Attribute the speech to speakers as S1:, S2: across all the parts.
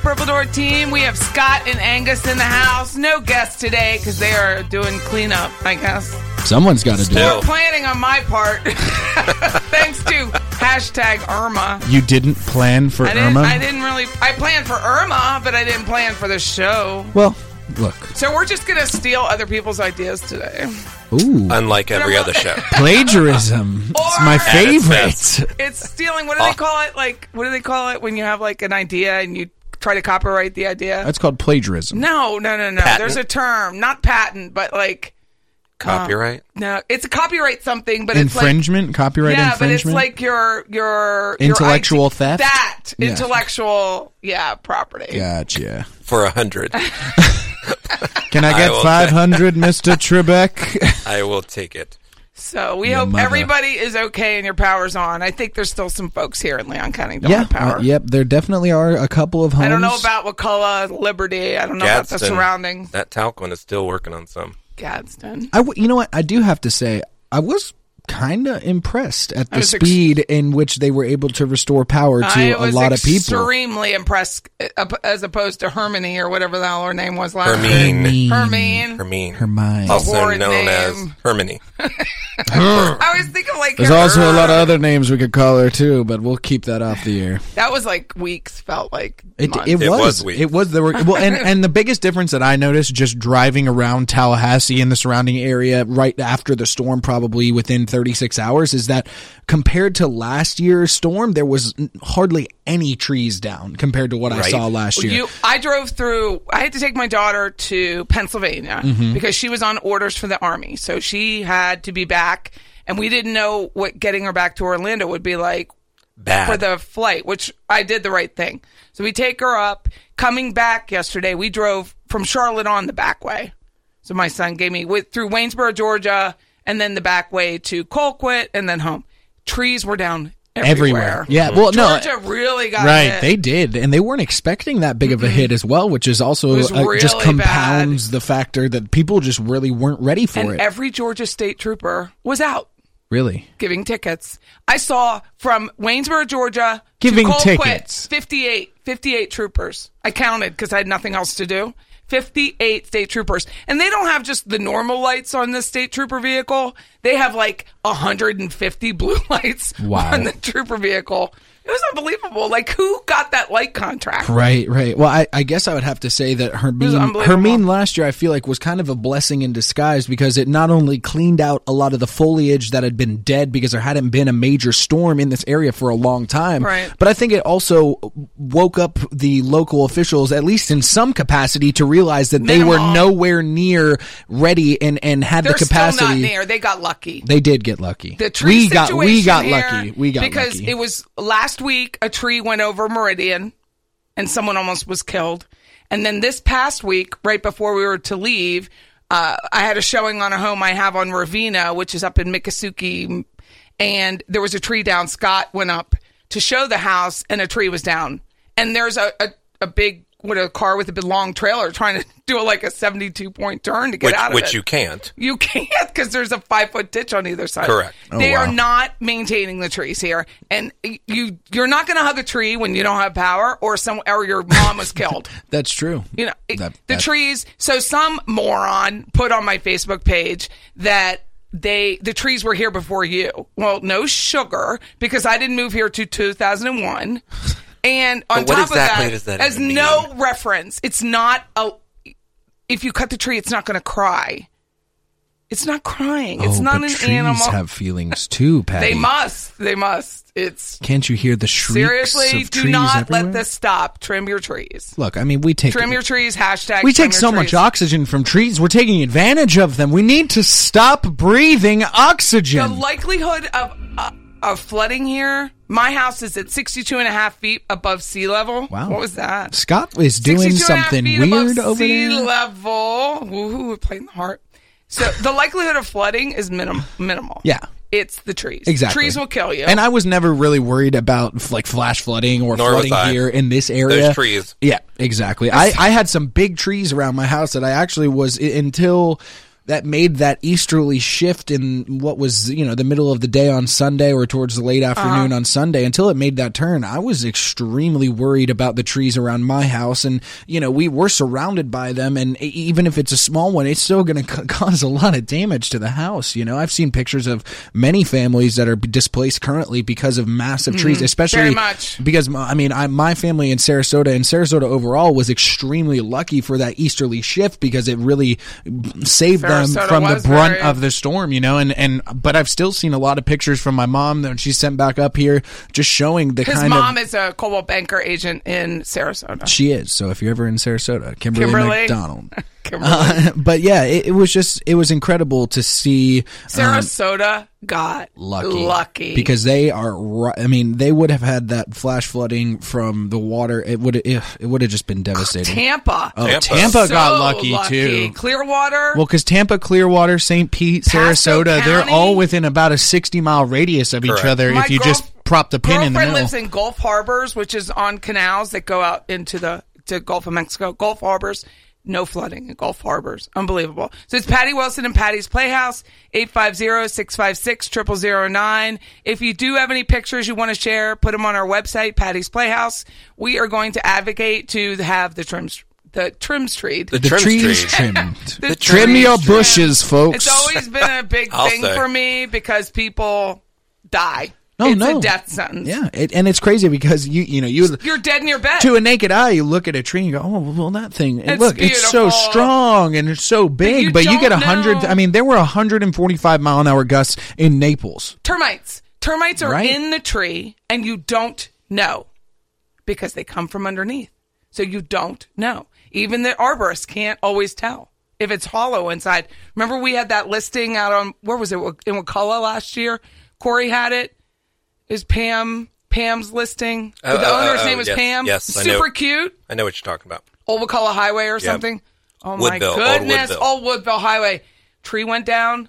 S1: Purple Door team. We have Scott and Angus in the house. No guests today because they are doing cleanup, I guess.
S2: Someone's got to do
S1: Poor
S2: it.
S1: planning on my part. Thanks to hashtag Irma.
S3: You didn't plan for
S1: I didn't,
S3: Irma?
S1: I didn't really. I planned for Irma, but I didn't plan for the show.
S2: Well, look.
S1: So we're just gonna steal other people's ideas today.
S2: Ooh,
S4: Unlike every other show.
S2: plagiarism. it's my
S1: At
S4: its
S2: favorite.
S1: It's stealing. What do they call it? Like, what do they call it when you have like an idea and you try to copyright the idea?
S2: That's called plagiarism.
S1: no, no, no, no.
S4: Patent?
S1: There's a term, not patent, but like
S4: Copyright.
S1: no, it's a copyright something, but it's like
S3: infringement, copyright
S1: yeah, but
S3: infringement.
S1: it's like your your your
S2: Intellectual
S1: ide-
S2: theft?
S1: That
S2: Yeah.
S1: intellectual, yeah, property.
S2: Gotcha.
S4: For a hundred.
S3: Can I get
S4: will say-
S3: 500, Mr. Trebek?
S4: I will take it.
S1: So we
S2: Your
S1: hope
S2: mother.
S1: everybody is okay and your power's on. I think there's still some folks here in Leon County don't
S2: Yeah.
S1: have power.
S2: uh, yep. There definitely are a couple of homes.
S1: I don't know about Wakulla, Liberty. I don't know about the
S4: Gadsden.
S1: surroundings.
S4: That Talcon is still working on some.
S1: Gadsden.
S2: I w- you know what? I do have to say, I was kind of impressed at the
S1: was ex-
S2: speed in which they were able to restore power
S1: I
S2: to a
S1: was
S2: lot of people.
S1: extremely impressed uh, up- as opposed to Hermione or whatever the hell her name was last year.
S4: Hermine.
S1: Hermine.
S4: Hermine.
S2: Hermione.
S4: Also
S1: Horrid
S4: known
S1: Mm-hmm. name.
S4: as Hermony.
S1: I was thinking like
S2: There's also a lot of other names we could call her too, but we'll keep that off the air.
S1: that was like weeks felt like
S2: It,
S1: months.
S2: it,
S4: It
S2: was,
S4: was weak.
S2: It was there were well, and and the biggest difference that I noticed just driving around Tallahassee and the surrounding area right after the storm, probably within 36 hours, is that compared to last year's storm, there was n- hardly any trees down compared to what I
S4: Right.
S2: saw last year.
S1: You, I drove through. I had to take my daughter to Pennsylvania
S2: Mm-hmm.
S1: because she was on orders for the army, so she had to be back, and we didn't know what getting her back to Orlando would be like
S4: Bad.
S1: for the flight, which I did the right thing. So we take her up. Coming back yesterday, we drove from Charlotte on the back way. So my son gave me with through Waynesboro, Georgia, and then the back way to Colquitt, and then home. Trees were down everywhere.
S2: Everywhere. Mm-hmm. Yeah. Well, no.
S1: Georgia really got
S2: Right,
S1: hit.
S2: they did, and they weren't expecting that big of a hit as well, which is also
S1: was
S2: uh, just
S1: really
S2: compounds the factor that people just really weren't ready for
S1: and
S2: it.
S1: every Georgia state trooper was out
S2: really,
S1: giving tickets. I saw from Waynesboro, Georgia,
S2: Giving
S1: to Colquitt,
S2: tickets.
S1: 58, 58 troopers. I counted because I had nothing else to do. 58 state troopers. And they don't have just the normal lights on the state trooper vehicle. They have like 150 blue lights
S2: Wow.
S1: on the trooper vehicle. It was unbelievable. Like, who got that light contract?
S2: right, right. Well, I, I guess I would have to say that Hermine,
S1: unbelievable.
S2: Hermine last year, I feel like was kind of a blessing in disguise because it not only cleaned out a lot of the foliage that had been dead because there hadn't been a major storm in this area for a long time,
S1: Right.
S2: but I think it also woke up the local officials, at least in some capacity, to realize that they were
S1: Minimal.
S2: nowhere near ready and and had
S1: They're
S2: the capacity.
S1: still not near. They got lucky.
S2: They did get lucky.
S1: the tree
S2: we got we
S1: situation
S2: got
S1: here,
S2: lucky. We got
S1: because
S2: lucky.
S1: it was last week a tree went over Meridian and someone almost was killed. And then this past week, right before we were to leave, uh, I had a showing on a home I have on Ravina, which is up in Miccosukee, and there was a tree down. Scott went up to show the house, and a tree was down. And there's a, a, a big what a car with a big long trailer trying to do like a 72 point turn to get
S4: which
S1: out of
S4: which
S1: it.
S4: you can't.
S1: You can't because there's a five foot ditch on either side.
S4: Correct. Oh,
S1: they
S2: wow.
S1: are not maintaining the trees here, and you you're not going to hug a tree when you don't have power, or some or your mom was killed.
S2: That's true.
S1: You know it-
S2: That-
S1: the
S2: that-
S1: trees. So some moron put on my Facebook page that they the trees were here before you. Well, no sugar because I didn't move here to 2001. And on
S4: But what
S1: top
S4: exactly
S1: of that,
S4: does that
S1: as
S4: even mean?
S1: no reference, it's not a. If you cut the tree, it's not going to cry. It's not crying. It's
S2: Oh,
S1: not
S2: but
S1: an
S2: trees
S1: animal.
S2: have feelings too, Patty.
S1: they must. They must. It's
S2: Can't you hear the shrieks
S1: seriously.
S2: of
S1: Do
S2: trees
S1: not
S2: everywhere?
S1: let this stop. Trim your trees.
S2: Look, I mean, we take
S1: Trim your trees. Hashtag.
S2: we
S1: trim
S2: take
S1: your
S2: so much
S1: trees.
S2: oxygen from trees. We're taking advantage of them. We need to stop breathing
S1: the
S2: oxygen.
S1: likelihood of uh, of flooding here my house is at 62 and a half feet above sea level
S2: Wow.
S1: what was that
S2: Scott is doing
S1: 62 and a half
S2: something
S1: feet
S2: weird
S1: above
S2: over
S1: sea
S2: there.
S1: level Ooh, we're playing the heart so the likelihood of flooding is minim- minimal
S2: Yeah.
S1: it's the trees
S2: Exactly.
S1: trees will kill you
S2: And I was never really worried about f- like flash flooding or
S4: Nor was
S2: flooding
S4: I.
S2: here in this area.
S4: Those trees.
S2: Yeah, exactly. I, I had some big trees around my house that I actually was i- until that made that easterly shift in what was you know the middle of the day on Sunday or towards the late
S1: Uh-huh.
S2: afternoon on Sunday until it made that turn. I was extremely worried about the trees around my house, and you know we were surrounded by them, and e- even if it's a small one, it's still going to ca cause a lot of damage to the house. You know, I've seen pictures of many families that are displaced currently because of massive trees, especially
S1: Mm-hmm. Very much.
S2: because my- I mean, I, my family in Sarasota and Sarasota overall was extremely lucky for that easterly shift because it really saved them
S1: Sarasota
S2: from the
S1: was
S2: brunt
S1: very-
S2: of the storm, you know. And and but I've still seen a lot of pictures from my mom that she sent back up here, just showing the
S1: His
S2: kind
S1: mom
S2: of.
S1: is a Cobalt banker agent in Sarasota.
S2: she is. So if you're ever in Sarasota, Kimberly,
S1: Kimberly.
S2: McDonald.
S1: Kimberly.
S2: but yeah, it, it was just it was incredible to see um,
S1: Sarasota got
S2: lucky,
S1: lucky
S2: because they are. ri- I mean, they would have had that flash flooding from the water. It would it, it would have just been devastating.
S1: Tampa.
S2: Oh, Tampa,
S4: Tampa.
S1: So
S2: got lucky, too.
S1: Clearwater.
S2: Well, because Tampa, Clearwater, St. Pete,
S1: Pasco
S2: Sarasota, they're
S1: County.
S2: all within about a 60 mile radius of each
S4: Correct.
S2: other
S1: My
S2: if you
S1: girlf-
S2: just prop the pin in the
S1: girlfriend
S2: middle.
S1: lives in Gulf Harbors, which is on canals that go out into the to Gulf of Mexico. Gulf Harbors, no flooding in Gulf Harbors. Unbelievable. So it's Patty Wilson and Patty's Playhouse, 850-656-0009. If you do have any pictures you want to share, put them on our website, Patty's Playhouse. We are going to advocate to have the trims the trims tree.
S4: The, trim
S2: Trees
S4: tree.
S2: trimmed.
S1: The
S4: Trim
S1: trees
S3: your
S1: trimmed.
S3: bushes, folks.
S1: It's always been a big
S4: I'll
S1: thing
S4: say.
S1: for me because people die.
S2: No,
S1: it's
S2: no.
S1: a death sentence.
S2: yeah, it, and it's crazy because you you know you
S1: You're dead in your bed.
S2: to a naked eye you look at a tree and you go oh well that thing and
S1: It's
S2: look it's so
S1: beautiful.
S2: strong and it's so big
S1: you
S2: but you,
S1: don't
S2: get a hundred
S1: know-
S2: I mean there were 145 mile an hour gusts in Naples
S1: termites. Termites are
S2: Right.
S1: in the tree and you don't know because they come from underneath. So you don't know. Even the arborist can't always tell if it's hollow inside. Remember we had that listing out on where was it in Wakulla last year? Corey had it. Is Pam Pam's listing?
S4: Oh,
S1: the
S4: oh,
S1: owner's
S4: oh, oh,
S1: name is
S4: yes,
S1: Pam.
S4: yes, I know.
S1: super cute.
S4: I know what you're talking about.
S1: Old Wakulla Highway or something. Oh
S4: Woodville, old
S1: my goodness.
S4: Woodville.
S1: Old Woodville Highway. Tree went down.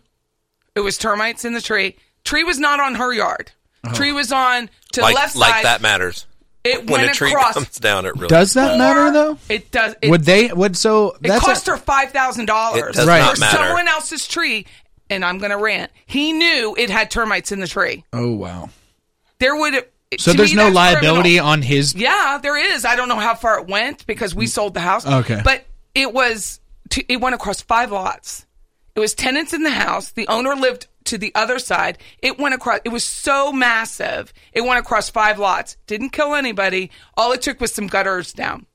S1: It was termites in the tree. Tree was not on her yard.
S2: Oh.
S1: Tree was on to
S4: Like
S1: the left
S4: like
S1: side.
S4: that matters.
S1: It
S4: When
S1: went
S4: a tree
S1: across.
S4: comes down, it really
S2: does that
S1: Or-
S2: matter though
S1: It does. It,
S2: would they would so
S1: it
S2: that's a-
S1: cost her five thousand
S4: It
S1: dollars
S4: does
S2: Right.
S4: not
S1: for
S4: matter.
S1: someone else's tree. And I'm going to rant. He knew it had termites in the tree.
S2: oh wow
S1: There would.
S2: so
S1: to
S2: there's
S1: me,
S2: no
S1: that's
S2: liability
S1: criminal.
S2: on his
S1: Yeah, there is. I don't know how far it went because we sold the house.
S2: Okay.
S1: But it was, t it went across five lots. It was tenants in the house. The owner lived to the other side. It went across, it was so massive. It went across five lots. Didn't kill anybody. All it took was some gutters down.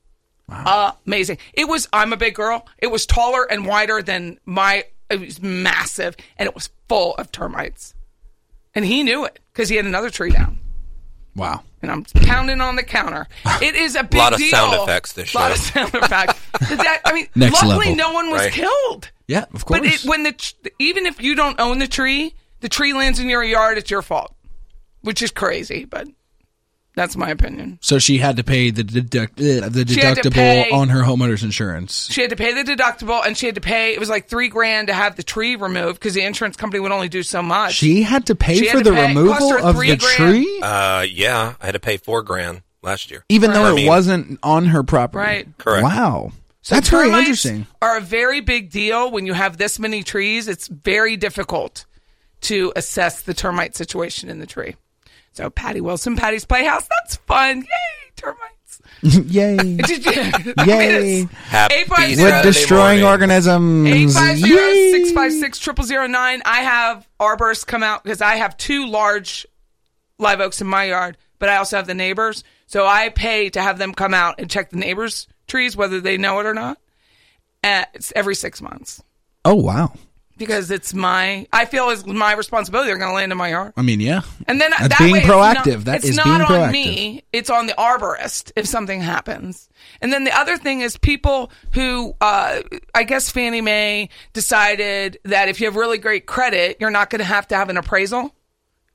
S1: Amazing. It was, I'm a big girl. It was taller and wider than my, it was massive and it was full of termites. And he knew it because he had another tree down
S2: wow
S1: and I'm pounding on the counter. It is a big
S4: Lot of
S1: deal.
S4: sound effects this
S1: lot of
S4: show.
S1: sound effects. But that, I mean,
S2: Next
S1: luckily
S2: level.
S1: no one was
S4: Right.
S1: killed.
S2: yeah of course
S1: But it, when the tr- even if you don't own the tree, the tree lands in your yard. It's your fault, which is crazy, but that's my opinion.
S2: So she had to pay the deduct uh, the
S1: had to
S2: deductible
S1: pay-
S2: on her homeowner's insurance.
S1: She had to pay the deductible, and she had to pay. It was like three grand to have the tree removed because the insurance company would only do so much.
S2: She had to pay
S1: She had
S2: for
S1: to
S2: the
S1: pay- cost
S2: removal
S1: her
S2: of
S1: three
S2: the
S1: grand.
S2: tree,
S4: Uh, yeah, I had to pay four grand last year.
S2: even though
S4: I
S2: it
S4: mean,
S2: wasn't on her property.
S1: Right.
S4: Correct.
S2: Wow.
S1: So
S2: That's very
S1: termites
S2: interesting.
S1: Are a very big deal when you have this many trees. It's very difficult to assess the termite situation in the tree. So Patty Wilson, Patty's Playhouse. That's fun. Yay, termites.
S2: Yay.
S1: Did you?
S2: Yay.
S4: Happy
S1: Eight five
S4: Saturday
S2: We're
S1: zero-
S2: destroying
S4: morning.
S2: organisms.
S1: Eight five zero
S2: Yay.
S1: six five six triple zero nine. I have arborists come out because I have two large live oaks in my yard, but I also have the neighbors. So I pay to have them come out and check the neighbors' trees, whether they know it or not. Uh, it's every six months.
S2: Oh wow.
S1: because it's my I feel it's my responsibility. They're going to land in my yard,
S2: I mean, yeah.
S1: and then
S2: That's
S1: that
S2: being
S1: way it's
S2: proactive.
S1: Not,
S2: That
S1: it's
S2: is
S1: not
S2: being
S1: on
S2: proactive.
S1: me. It's on the arborist if something happens. And then the other thing is people who uh, I guess Fannie Mae decided that if you have really great credit, you're not going to have to have an appraisal.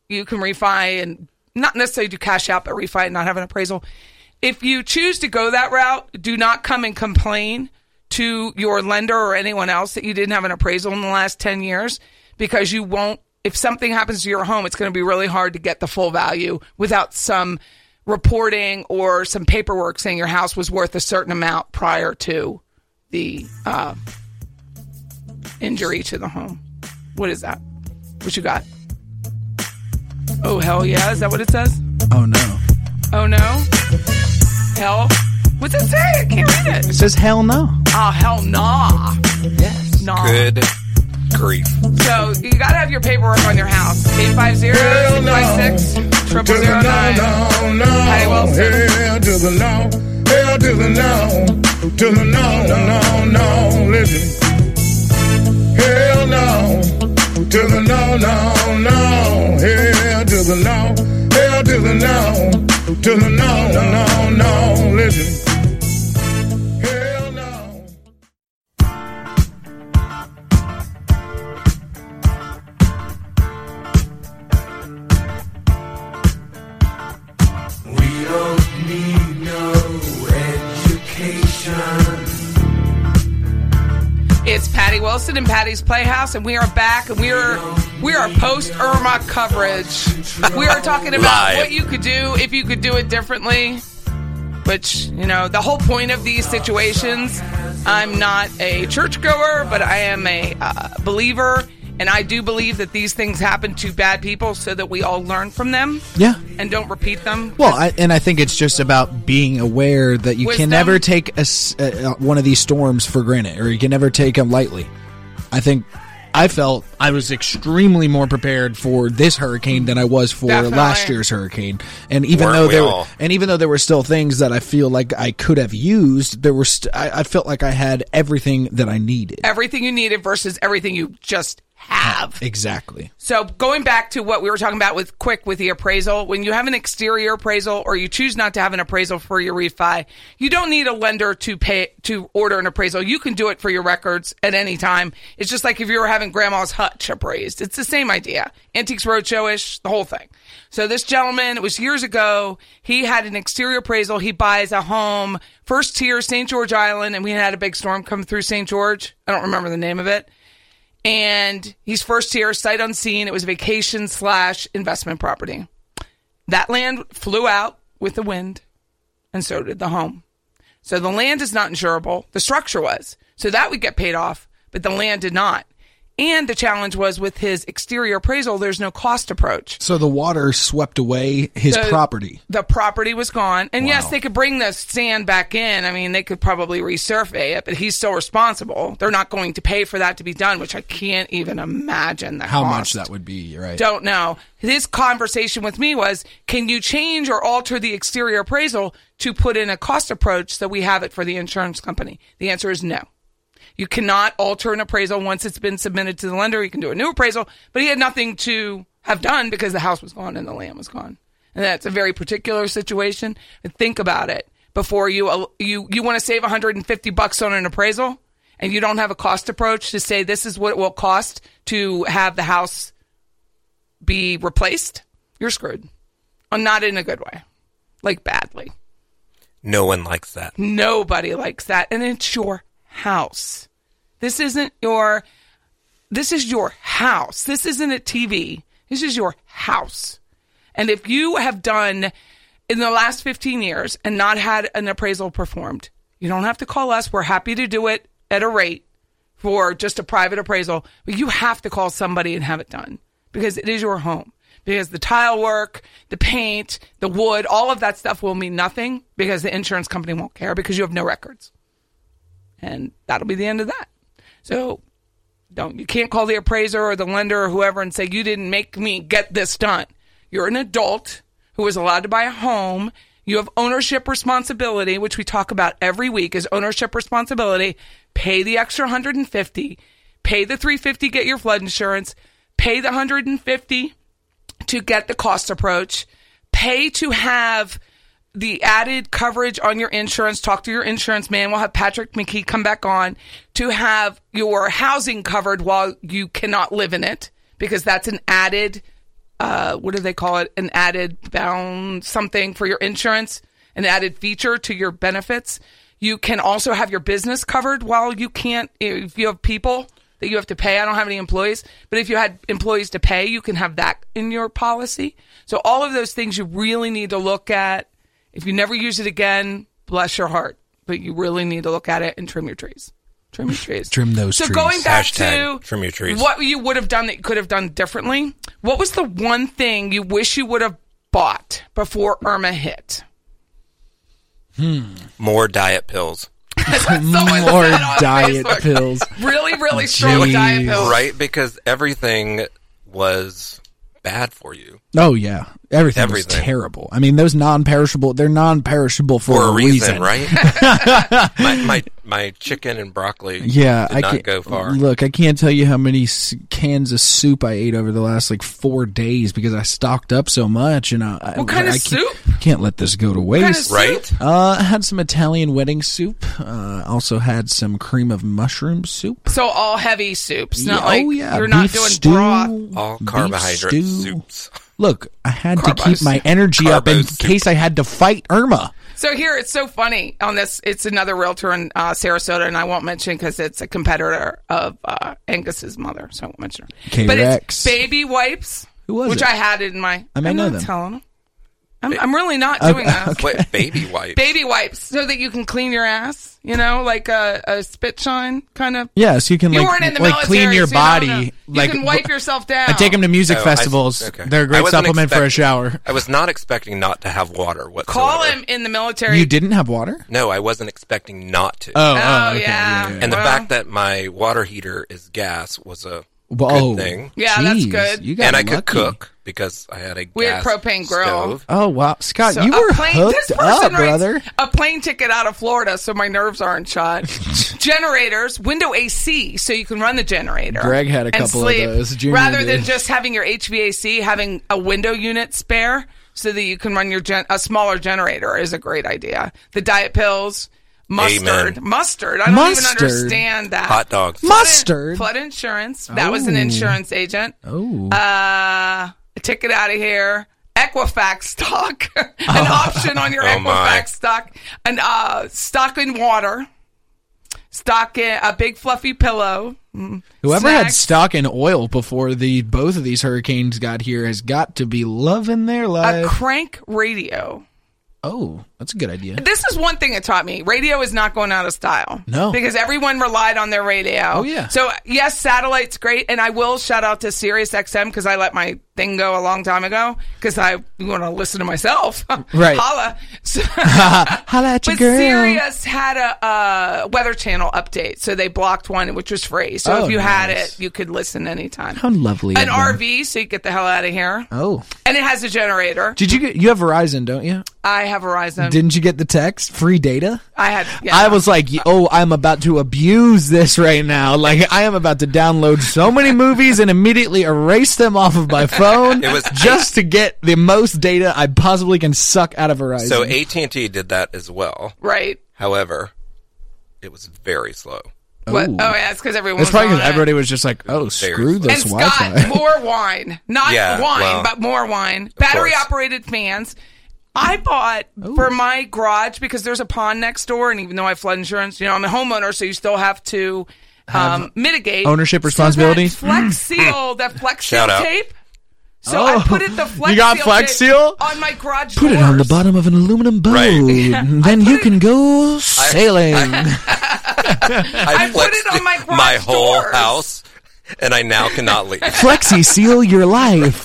S1: You can refi and not necessarily do cash out, but refi and not have an appraisal. If you choose to go that route, do not come and complain to your lender or anyone else that you didn't have an appraisal in the last 10 years because you won't if something happens to your home it's going to be really hard to get the full value without some reporting or some paperwork saying your house was worth a certain amount prior to the uh, injury to the home. What is that? What you got? Oh, hell yeah. Is that what it says?
S2: Oh no.
S1: Oh, no. Hell. What's it say? I can't read
S2: It
S1: it.
S2: says hell no.
S1: Oh, hell nah. Yes. Nah.
S4: Good grief.
S1: So you got to have your paperwork on your house. 850 656 0009.
S5: no, no,
S1: Hey, Wilson.
S5: hell to the no, hell to the no, to the no, no, no, listen. Hell no, to the no, no, no, hell to the no, hell to the no, to the no, no, no, listen. Hell no.
S6: We don't need no education.
S1: It's Patty Wilson and Patty's Playhouse, and we are back, and we are we are post Irma coverage. We are talking about
S4: Live.
S1: what you could do if you could do it differently. Which you know, the whole point of these situations. I'm not a churchgoer, but I am a uh, believer, and I do believe that these things happen to bad people so that we all learn from them
S2: Yeah.
S1: and don't repeat them.
S2: Well, I, and I think it's just about being aware that you
S1: Wisdom.
S2: can never take a, s- uh, uh, one of these storms for granted, or you can never take them lightly. I think I felt I was extremely more prepared for this hurricane than I was for
S1: Definitely.
S2: last year's hurricane, and even
S4: Weren't
S2: though
S4: we
S2: there
S4: all?
S2: and even though there were still things that I feel like I could have used, there were st- I, I felt like I had everything that I needed.
S1: Everything you needed versus everything you just have.
S2: Exactly.
S1: So going back to what we were talking about with quick with the appraisal, when you have an exterior appraisal or you choose not to have an appraisal for your refi, you don't need a lender to pay to order an appraisal. You can do it for your records at any time. It's just like if you were having grandma's hutch appraised. It's the same idea. Antiques Roadshow ish, the whole thing. So this gentleman, it was years ago, he had an exterior appraisal. He buys a home, first tier St. George Island, and we had a big storm come through St. George. I don't remember the name of it and he's first here, sight unseen. It was vacation slash investment property. That land flew out with the wind, and so did the home. So the land is not insurable. The structure was. So that would get paid off, but the land did not. And the challenge was with his exterior appraisal, there's no cost approach.
S2: So the water swept away his
S1: So
S2: property.
S1: The property was gone. And yes,
S2: Wow.
S1: they could bring the sand back in. I mean, they could probably resurvey it, but he's still responsible. They're not going to pay for that to be done, which I can't even imagine the
S2: How
S1: cost.
S2: much that would be, right?
S1: don't know. His conversation with me was, can you change or alter the exterior appraisal to put in a cost approach so we have it for the insurance company? The answer is no. You cannot alter an appraisal once it's been submitted to the lender. You can do a new appraisal, but he had nothing to have done because the house was gone and the land was gone. And that's a very particular situation. And think about it before you uh, you you want to save 150 bucks on an appraisal and you don't have a cost approach to say this is what it will cost to have the house be replaced, you're screwed. And not in a good way, like badly.
S4: No one likes that.
S1: Nobody likes that. And it's your house. This isn't your, this is your house. This isn't a TV. This is your house. And if you have done in the last 15 years and not had an appraisal performed, you don't have to call us. We're happy to do it at a rate for just a private appraisal, but you have to call somebody and have it done because it is your home. Because the tile work, the paint, the wood, all of that stuff will mean nothing because the insurance company won't care because you have no records. And that'll be the end of that. So don't you can't call the appraiser or the lender or whoever and say you didn't make me get this done. You're an adult who is allowed to buy a home. You have ownership responsibility, which we talk about every week is ownership responsibility. Pay the extra 150, pay the 350 get your flood insurance, pay the 150 to get the cost approach, pay to have the added coverage on your insurance. Talk to your insurance man. We'll have Patrick McKee come back on to have your housing covered while you cannot live in it because that's an added, uh, what do they call it? An added bound something for your insurance, an added feature to your benefits. You can also have your business covered while you can't, if you have people that you have to pay. I don't have any employees, but if you had employees to pay, you can have that in your policy. So all of those things you really need to look at. If you never use it again, bless your heart, but you really need to look at it and trim your trees. Trim your trees.
S2: Trim those
S1: so
S2: trees.
S1: going back
S4: Hashtag
S1: to
S4: trim your trees.
S1: what you would have done that you could have done differently. What was the one thing you wish you would have bought before Irma hit?
S4: More diet pills.
S2: More diet pills.
S1: Really, really strong
S2: Oh, Jeez.
S1: diet pills.
S4: Right? Because everything was bad for you.
S2: Oh yeah, everything, was
S4: Everything.
S2: terrible. I mean, those non-perishable. They're non-perishable for,
S4: For a
S2: reason
S4: reason, right? my, my my chicken and broccoli
S2: Yeah,
S4: did
S2: I
S4: not
S2: can't
S4: go far.
S2: Look, I can't tell you how many s- cans of soup I ate over the last like four days because I stocked up so much, and I I-
S1: What kind of
S2: I
S1: soup?
S2: can't- Can't let this go to
S1: What kind
S2: waste.
S1: of
S4: right?
S2: uh, I had some Italian wedding soup. Uh, also had some cream of mushroom soup.
S1: So all heavy soups, not
S2: Yeah,
S1: like
S2: oh yeah,
S1: you're not
S2: beef
S1: doing
S2: stew,
S1: broth.
S4: All
S2: beef
S4: carbohydrate
S2: stew.
S4: soups.
S2: Look, I had
S1: Carbo
S2: to keep my
S1: soup.
S2: energy up
S4: Carbo
S2: in
S4: soup.
S2: case I had to fight Irma.
S1: So here, it's so funny on this. It's another realtor in uh, Sarasota, and I won't mention because it's a competitor of uh, Angus's mother, so I won't mention her. But
S2: K-Rex.
S1: it's baby wipes,
S2: Who was
S1: which
S2: it?
S1: I had in my.
S2: I may
S1: am
S2: know
S1: not
S2: them.
S1: telling them. I'm, I'm really not doing that.
S4: What baby wipes?
S1: Baby wipes, so that you can clean your ass. You know, like a, a spit shine kind of.
S2: Yeah, so you can
S1: You
S2: like,
S1: weren't in the
S2: like
S1: military,
S2: clean your
S1: so you don't
S2: body.
S1: know. You
S2: like
S1: can wipe yourself down.
S2: I take them to music
S4: Oh, I-
S2: festivals.
S4: okay.
S2: They're a
S4: I
S2: great
S4: wasn't
S2: supplement for a
S4: expecting-
S2: shower.
S4: I was not expecting not to have water whatsoever.
S1: Call him in the military.
S2: You didn't have water?
S4: No, I wasn't expecting not to.
S2: Oh,
S1: Oh,
S2: oh, okay,
S1: yeah.
S4: and the
S1: well.
S4: fact that my water heater is gas was a
S2: Whoa.
S4: good thing.
S1: Yeah, that's
S2: oh, Jeez,
S1: good.
S2: You got
S4: And I
S2: lucky.
S4: could cook because I had a
S1: We had
S4: gas
S1: propane grill.
S4: stove.
S2: Oh wow, Scott,
S1: So
S2: you
S1: a
S2: were
S1: plane, this
S2: hooked
S1: person
S2: up,
S1: writes,
S2: brother.
S1: A plane ticket out of Florida, so my nerves aren't shot. Generators, window AC, so you can run the generator.
S2: Greg had a
S1: and
S2: couple of
S1: sleep,
S2: those junior
S1: Rather than
S2: days.
S1: just having your HVAC, having a window unit spare so that you can run your gen- a smaller generator is a great idea. The diet pills, mustard,
S4: Amen.
S1: mustard. I don't
S2: Mustard?
S1: even understand that.
S4: Hot dogs.
S2: Must- Mustard?
S1: Flood insurance. That was an insurance agent.
S2: Oh,
S1: Uh, take it out of here. Equifax stock, an option on your
S4: Oh,
S1: Equifax
S4: my.
S1: stock, and uh, stock in water, stock in a big fluffy pillow. Mm.
S2: whoever had
S1: snacks.
S2: stock in oil before the both of these hurricanes got here has got to be loving their
S1: a
S2: life.
S1: crank radio.
S2: oh, that's a good idea.
S1: This is one thing it taught me. Radio is not going out of style.
S2: No.
S1: Because everyone relied on their radio. Oh,
S2: yeah.
S1: So, yes, satellite's great. And I will shout out to Sirius XM because I let my thing go a long time ago because I want to listen to myself.
S2: Right.
S1: Holla. So-
S2: Holla at your
S1: But
S2: girl.
S1: Sirius had a uh, Weather Channel update, so they blocked one, which was free. So
S2: Oh,
S1: if you had
S2: nice.
S1: it, you could listen anytime.
S2: How lovely.
S1: An
S2: of them.
S1: RV, so you get the hell out of here.
S2: Oh,
S1: And it has a generator.
S2: did you get? You have Verizon, don't you?
S1: I have Verizon.
S2: Didn't you get the text? Free data.
S1: I had. yeah.
S2: I was like, oh, I'm about to abuse this right now. Like, I am about to download so many movies and immediately erase them off of my phone
S4: It was-
S2: just to get the most data I possibly can suck out of Verizon.
S4: So AT&T did that as well.
S1: right.
S4: However, it was very slow.
S1: What? Oh, yeah, it's because everyone.
S2: That's
S1: was
S2: probably
S1: on
S2: because
S1: it.
S2: everybody was just like, oh,
S4: Very
S2: screw
S4: slow.
S1: And
S2: this Wi
S1: Scott,
S2: Fi.
S1: more wine, not
S4: Yeah,
S1: wine,
S4: well,
S1: but more wine. Battery
S4: course.
S1: operated fans. I bought for my garage because there's a pond next door, and even though I have flood insurance, you know I'm a homeowner, so you still have to um, mitigate
S2: ownership
S1: So
S2: responsibility?
S1: that
S2: Mm.
S1: flex seal, that flex seal
S4: Shout out.
S1: tape. So I
S2: Oh,
S1: put it the flex
S2: you got
S1: seal
S2: Flex
S1: tape
S2: Seal?
S1: on my garage.
S2: Put it on the
S1: doors.
S2: bottom of an aluminum boat,
S4: Right.
S2: and then you can go sailing.
S4: I,
S1: put it on my garage
S4: my whole
S1: doors.
S4: house, and I now cannot leave.
S2: Flexi seal your life.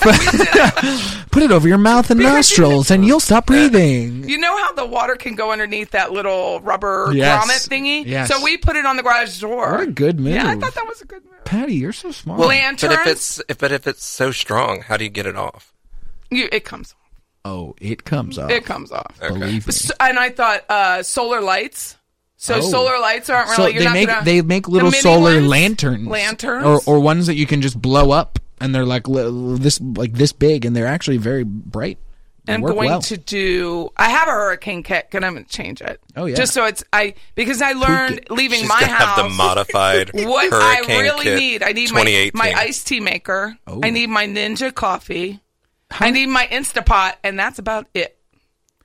S2: Put it over your mouth and nostrils, and you'll stop breathing.
S1: You know how the water can go underneath that little rubber
S2: Yes.
S1: grommet thingy?
S2: Yes.
S1: So we put it on the garage door.
S2: What a good move.
S1: Yeah, I thought that was a good move.
S2: Patty, you're so smart.
S4: but
S1: Lanterns.
S4: if it's if, but if it's so strong, how do you get it off?
S1: You, it comes.
S2: Oh, it comes off.
S1: It comes off.
S2: Believe me.
S1: S- And I thought uh, solar lights. So solar lights aren't really.
S2: Oh. so
S1: you're
S2: they
S1: not
S2: make
S1: gonna-
S2: they make
S1: the
S2: little
S1: mini
S2: solar
S1: ones?
S2: lanterns,
S1: Lanterns.
S2: or or ones that you can just blow up, and they're like li- this like this big, and they're actually very bright. They
S1: I'm
S2: work
S1: going
S2: well.
S1: to do. I have a hurricane kit, and I'm going to change it.
S2: Oh, yeah.
S1: Just so it's I because I learned leaving
S4: She's
S1: my
S4: to
S1: house.
S4: have the modified
S1: what
S4: hurricane
S1: I really
S4: kit
S1: need. I need my
S4: 2018.
S1: my iced tea maker.
S2: Oh.
S1: I need my Ninja coffee. I need my Instapot, and that's about it.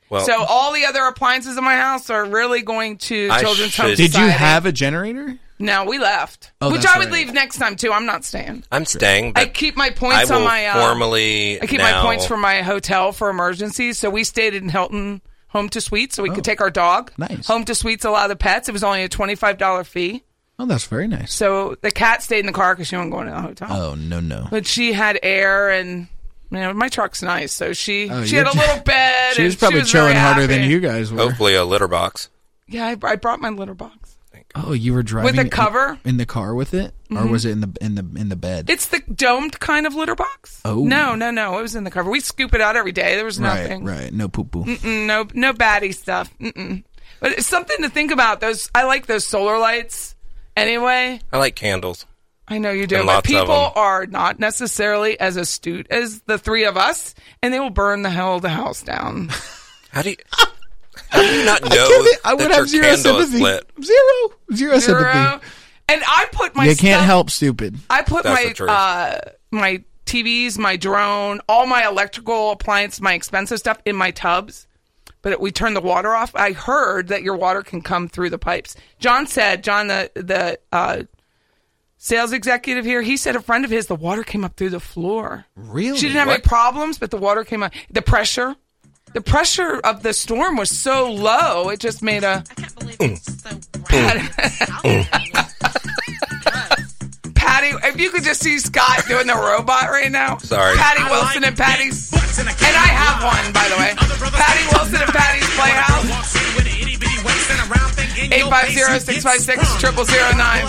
S4: Well,
S1: So all the other appliances in my house are really going to
S4: I
S1: children's home.
S4: should-
S2: Did you
S1: Society.
S2: have a generator?
S1: No, we left.
S2: Oh,
S1: Which
S2: that's
S1: I would
S2: right.
S1: leave next time too. I'm not staying.
S4: I'm staying. But
S1: I keep my
S4: I
S1: points
S4: will
S1: on my uh,
S4: formally.
S1: I keep
S4: now-
S1: my points for my hotel for emergencies. So we stayed in Hilton Home to Suites, so we could take our dog.
S2: Oh. Nice.
S1: Home to Suites allow the pets. It was only a twenty five dollar fee.
S2: Oh, that's very nice.
S1: So the cat stayed in the car because she wasn't going to the hotel.
S2: Oh no no.
S1: But she had air and. You know, my truck's nice, so she she
S2: Oh, you're
S1: had a
S2: j-
S1: little bed.
S2: She
S1: and
S2: was probably
S1: very
S2: chilling harder than
S1: happy.
S2: you guys were.
S4: Hopefully, a litter box.
S1: Yeah, I, I brought my litter box.
S2: Oh, you were driving
S1: a
S2: it in-
S1: cover? Mm-hmm.
S2: in the car with it, or was it in the in the in the bed?
S1: It's the domed kind of litter box.
S2: Oh.
S1: no, no, no! It was in the cover. We scoop it out every day. There was
S2: right,
S1: nothing.
S2: right. No poo poo.
S1: Mm, no, no baddie stuff. Mm-mm. But it's something to think about. Those I like those solar lights. Anyway,
S4: I like candles.
S1: I know you do,
S4: And
S1: but
S4: lots of
S1: people
S4: them.
S1: are not necessarily as astute as the three of us, and they will burn the hell of the house down.
S4: How do you? How do you not know
S2: Damn it, I would
S4: that
S2: have
S4: your
S2: zero
S4: candle is
S2: sympathy.
S4: lit?
S2: Zero. Zero
S1: Zero.
S2: sympathy.
S1: And I put my
S2: You can't
S1: stuff-
S2: help stupid.
S1: I put
S4: That's
S1: my
S4: the truth.
S1: uh, my TVs, my drone, all my electrical appliance, my expensive stuff in my tubs. But we turned the water off. I heard that your water can come through the pipes. John said, John the the uh, sales executive here, he said a friend of his the water came up through the floor.
S2: Really?
S1: She didn't have any
S4: What?
S1: problems, but the water came up. The pressure, the pressure of the storm was so low, it just made a
S7: I can't believe it's so bright. Out there.
S1: Patty. If you could just see Scott doing the robot right now.
S4: Sorry.
S1: Patty Wilson and Patty's. And I have one, by the way. Patty Wilson and Patty's Playhouse.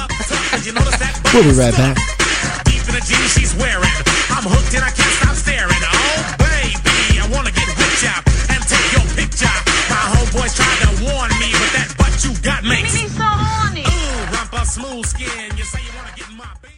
S8: 850-656-0009.
S2: We'll be right back.
S8: Deep in the jeans she's wearing. I'm hooked and I can't stop staring. Oh, baby, I want to get whipped up and take your picture. My homeboys tried to warn me, but that butt you got makes.
S7: Mimi's so horny.
S8: Ooh, rump of smooth skin. You say you want to get in my bed.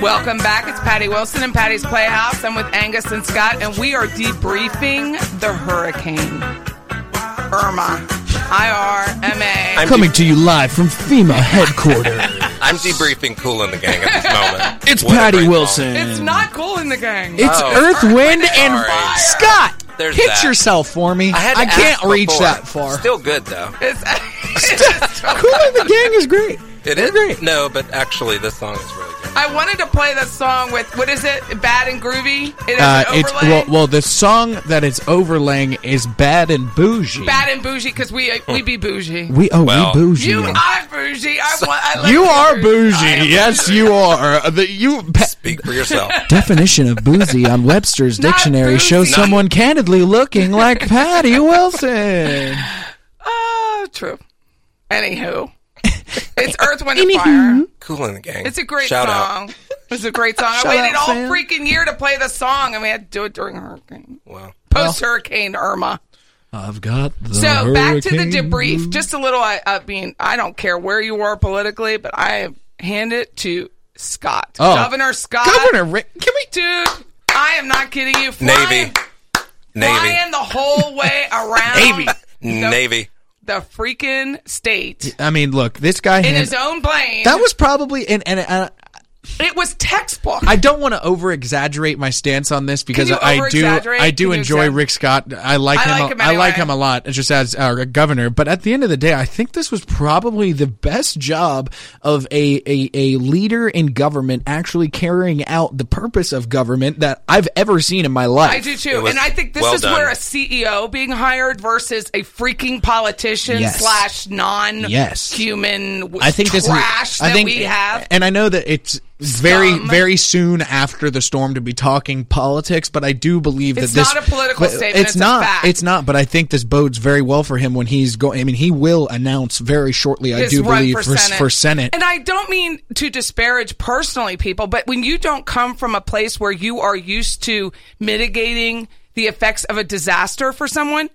S1: Welcome back. It's Patty Wilson and Patty's Playhouse. I'm with Angus and Scott, and we are debriefing the hurricane. Irma. I R M A.
S4: I'm,
S2: Coming to you live from FEMA headquarters.
S4: de- I'm debriefing cool in the gang at this moment.
S2: It's
S4: What a
S2: Patty
S4: great
S2: Wilson.
S1: It's not cool in the gang.
S2: It's
S4: Oh.
S2: Earth, Wind, and
S4: Sorry.
S2: Fire. Scott.
S4: There's
S2: pitch
S4: that.
S2: yourself for me.
S4: song. I, had to
S2: can't
S4: ask
S2: reach
S4: before.
S2: that far.
S4: Still good though.
S1: It's, it's
S2: Cool in the gang is great.
S4: It is
S2: great.
S4: No, but actually, this song is really good.
S1: I wanted to play that song with what is it? Bad and groovy. It
S2: Uh,
S1: has an
S2: it's
S1: overlay.
S2: well, well, the song that it's overlaying is bad and bougie.
S1: Bad and bougie because we we be bougie.
S2: we oh
S4: Well.
S2: we bougie.
S1: You are bougie. I want. I like
S2: You
S1: to be
S2: are
S1: I am
S2: bougie. Yes, you are. Uh, The, you pa-
S4: Speak for yourself.
S2: definition of boozy on Webster's
S1: Not
S2: dictionary
S1: boozy.
S2: shows
S1: Not-
S2: someone candidly looking like Patty Wilson.
S1: Oh, true. Anywho, it's Earth, Wind, and Fire.
S4: cool in the gang.
S1: It's a great
S4: Shout Out.
S1: song. It's a great song. I
S2: Shout
S1: waited
S2: out,
S1: all
S2: fam.
S1: freaking year to play the song, and we had to do it during hurricane,
S4: Wow.
S1: post hurricane Irma.
S2: I've got the
S1: So back to the
S2: hurricane.
S1: debrief. Just a little uh, upbeat. I don't care where you are politically, but I hand it to Scott,
S2: Oh.
S1: Governor Scott,
S2: Governor Rick. Can we?
S1: dude. I am not kidding you. Flying,
S4: Navy. Navy.
S1: flying the whole way around
S4: Navy.
S1: the
S4: Navy.
S1: the freaking state
S2: I mean, look, this guy.
S1: in
S2: had-
S1: his own plane.
S2: that was probably and and. Uh,
S1: it was textbook.
S2: I don't want to over exaggerate my stance on this because
S1: you
S2: I do
S1: over-exaggerate?
S2: I do
S1: Can you
S2: enjoy
S1: exag-
S2: Rick Scott. I like
S1: I
S2: him.
S1: like
S2: a-
S1: him
S2: I like
S1: anyway.
S2: him a lot. Just as our governor, but at the end of the day, I think this was probably the best job of a a, a leader in government actually carrying out the purpose of government that I've ever seen in my life.
S1: I do too,
S4: was
S1: and I think this
S4: well
S1: is where
S4: done.
S1: a CEO being hired versus a freaking politician
S2: Yes.
S1: slash non
S2: Yes.
S1: human. w-
S2: I think this
S1: trash
S2: is.
S1: that
S2: I think
S1: we have.
S2: and I know that it's very,
S1: Scum.
S2: very soon after the storm to be talking politics, but I do believe that
S1: It's
S2: this
S1: not a political
S2: but
S1: statement,
S2: It's,
S1: it's a
S2: not.
S1: fact.
S2: It's not. But I think this bodes very well for him when he's going. I mean, he will announce very shortly. I
S1: His
S2: do
S1: run
S2: believe
S1: for
S2: for,
S1: Senate.
S2: for Senate.
S1: And I don't mean to disparage personally people, but when you don't come from a place where you are used to mitigating the effects of a disaster for someone,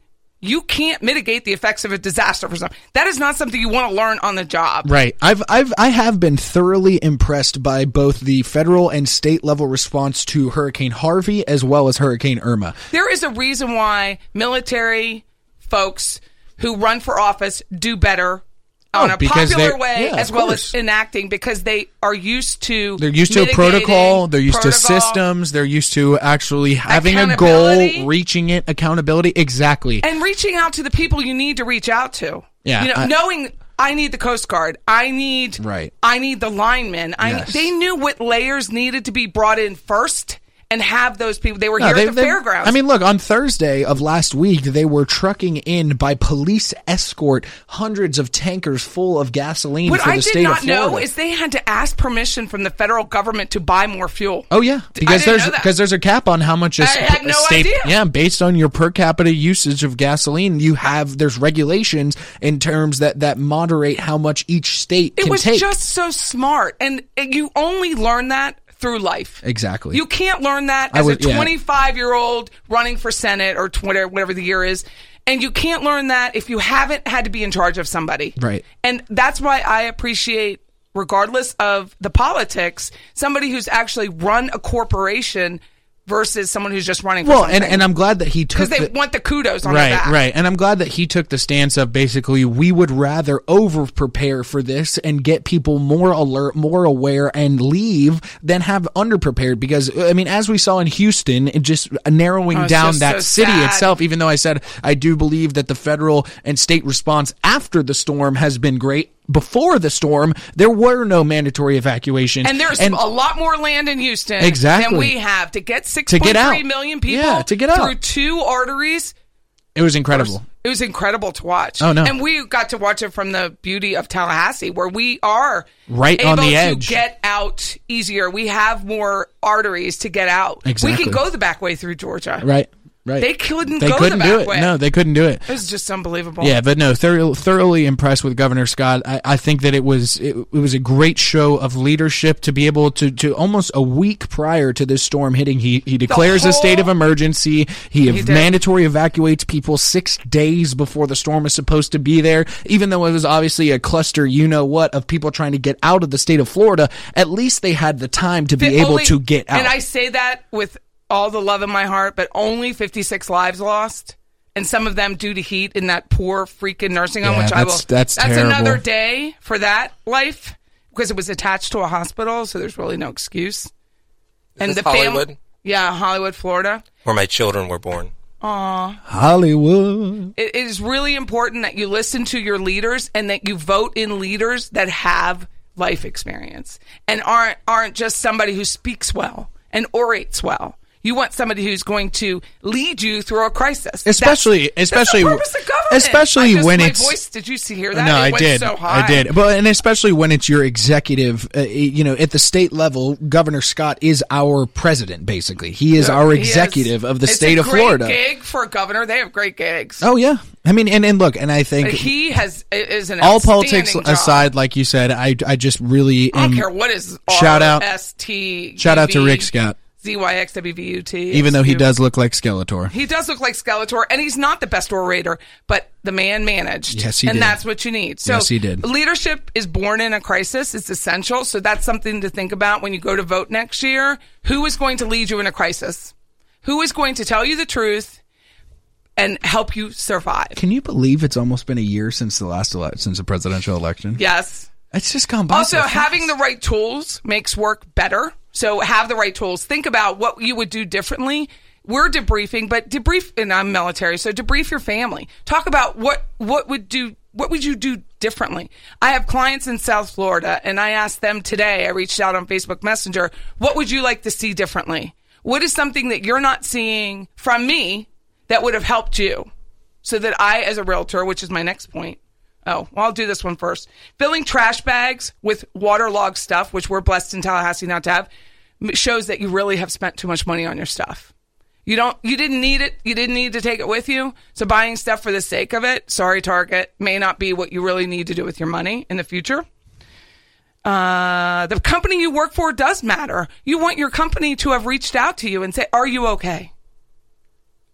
S1: you can't mitigate the effects of a disaster for someone. That is not something you want to learn on the job.
S2: Right. I've I've I have been thoroughly impressed by both the federal and state level response to Hurricane Harvey as well as Hurricane Irma.
S1: There is a reason why military folks who run for office do better on
S2: Oh,
S1: a
S2: because
S1: popular
S2: they-
S1: way
S2: yeah,
S1: as
S2: of
S1: well
S2: course.
S1: as enacting because they are used to
S2: They're used to a
S1: mitigating
S2: protocol. They're used to
S1: protocol.
S2: systems. They're used to actually having a goal,
S1: Accountability.
S2: reaching it, accountability. Exactly.
S1: and reaching out to the people you need to reach out to.
S2: Yeah,
S1: you know,
S2: I-
S1: knowing I need the Coast Guard, I need
S2: Right.
S1: I need the linemen. I
S2: Yes.
S1: they knew what layers needed to be brought in first and have those people. They were
S2: No,
S1: here
S2: they-
S1: at the
S2: they-
S1: fairgrounds.
S2: I mean, look, on Thursday of last week, they were trucking in by police escort hundreds of tankers full of gasoline
S1: what
S2: for
S1: I
S2: the
S1: did
S2: state of
S1: not
S2: Florida.
S1: know is they had to ask permission from the federal government to buy more fuel.
S2: Oh yeah, because
S1: didn't
S2: there's
S1: know that.
S2: because there's a cap on how much is
S1: I had no idea.
S2: Yeah, based on your per capita usage of gasoline, you have there's regulations in terms that that moderate how much each state
S1: It
S2: can
S1: was
S2: take.
S1: just so smart, and and you only learn that through life.
S2: Exactly.
S1: You can't learn that
S2: I
S1: as
S2: would-
S1: a
S2: yeah.
S1: 25 year old running for senate or Twitter, whatever the year is, and you can't learn that if you haven't had to be in charge of somebody.
S2: Right.
S1: And that's why I appreciate. Regardless of the politics, somebody who's actually run a corporation versus someone who's just running. For
S2: well, and, and I'm glad that he took
S1: because they
S2: the-
S1: want the kudos on
S2: right,
S1: their back.
S2: right. And I'm glad that he took the stance of basically we would rather over prepare for this and get people more alert, more aware, and leave than have underprepared. Because uh, I mean, as we saw in Houston, it just narrowing
S1: Oh, it's
S2: down
S1: just
S2: that
S1: so
S2: city
S1: sad.
S2: itself. Even though I said I do believe that the federal and state response after the storm has been great. Before the storm, there were no mandatory evacuations,
S1: And there's a lot more land in Houston
S2: Exactly.
S1: than we have to get six
S2: To
S1: point
S2: get out.
S1: three million people
S2: Yeah, to get out.
S1: through two arteries.
S2: it was incredible.
S1: It was incredible to watch.
S2: Oh, no.
S1: And we got to watch it from the beauty of Tallahassee, where we are
S2: Right
S1: able
S2: on the
S1: to
S2: edge.
S1: get out easier. We have more arteries to get out. We
S2: Exactly.
S1: can go the back way through Georgia.
S2: Right, right.
S1: They couldn't
S2: They
S1: go
S2: couldn't
S1: the
S2: do
S1: back
S2: it.
S1: way.
S2: No, they couldn't do it.
S1: it was just unbelievable.
S2: Yeah, but no, thoroughly, thoroughly impressed with Governor Scott. I, I think that it was it, it was a great show of leadership to be able to to almost a week prior to this storm hitting, he he declares a state of
S1: whole-
S2: emergency. He, ev-
S1: did.
S2: mandatory evacuates people six days before the storm is supposed to be there. Even though it was obviously a cluster, you know what, of people trying to get out of the state of Florida. At least they had the time to be
S1: The
S2: able
S1: only-
S2: to get out.
S1: And I say that with all the love in my heart, but only 56 lives lost. And some of them due to heat in that poor freaking nursing home,
S2: Yeah,
S1: which I will.
S2: that's- that's
S1: another
S2: terrible.
S1: day for that life because it was attached to a hospital, so there's really no excuse.
S4: this
S1: fam-
S4: Hollywood?
S1: yeah, Hollywood, Florida.
S4: Where my children were born.
S2: Hollywood.
S1: It is really important that you listen to your leaders and that you vote in leaders that have life experience and aren't aren't just somebody who speaks well and orates well. You want somebody who's going to lead you through a crisis, That's-
S2: Especially-
S1: that's the
S2: especially-
S1: purpose of government.
S2: especially
S1: I just-
S2: when
S1: my
S2: it's-
S1: voice. Did you see hear that?
S2: No,
S1: It
S2: I
S1: went
S2: did.
S1: So high.
S2: I did. But and especially when it's your executive, uh, you know, at the state level, Governor Scott is our president. Basically, he is our
S1: He is-
S2: executive of the
S1: it's
S2: state
S1: a
S2: of
S1: great
S2: Florida.
S1: Gig for a governor. They have great gigs.
S2: Oh yeah, I mean, and and look, and I think.
S1: But he has is an
S2: all politics
S1: outstanding job.
S2: aside, like you said, I, I just really
S1: I don't
S2: am-
S1: care what is
S2: Shout out-
S1: RST.
S2: shout out to Rick Scott,
S1: ZYXWVUT.
S2: even though he does look like Skeletor.
S1: He does look like Skeletor, and he's not the best orator, but the man managed.
S2: Yes, he
S1: And
S2: did.
S1: that's what you need. So
S2: Yes, he did.
S1: Leadership is born in a crisis. It's essential. So that's something to think about when you go to vote next year. Who is going to lead you in a crisis? Who is going to tell you the truth and help you survive?
S2: Can you believe it's almost been a year since the last ele- since the presidential election?
S1: Yes.
S2: it's just gone by.
S1: Also,
S2: so fast.
S1: having the right tools makes work better. So have the right tools. Think about what you would do differently. We're debriefing, but debrief, and I'm military, so debrief your family. Talk about what what would do what would you do differently. I have clients in South Florida, and I asked them today. I reached out on Facebook Messenger. What would you like to see differently? What is something that you're not seeing from me that would have helped you? so that I, as a realtor, which is my next point, oh, well, I'll do this one first. Filling trash bags with waterlogged stuff, which we're blessed in Tallahassee not to have, m- shows that you really have spent too much money on your stuff. You don't, you didn't need it. You didn't need to take it with you. So buying stuff for the sake of it, sorry, Target, may not be what you really need to do with your money in the future. Uh, the company you work for does matter. You want your company to have reached out to you and say, "Are you okay?"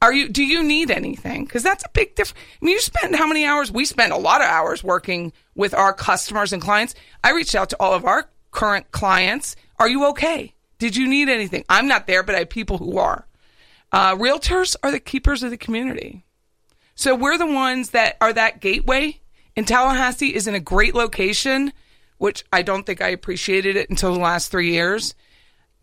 S1: Are you? Do you need anything? Because that's a big difference. I mean, you spend how many hours? We spend a lot of hours working with our customers and clients. I reached out to all of our current clients. Are you okay? Did you need anything? I'm not there, but I have people who are. Uh, realtors are the keepers of the community. So we're the ones that are that gateway And Tallahassee is in a great location, which I don't think I appreciated it until the last three years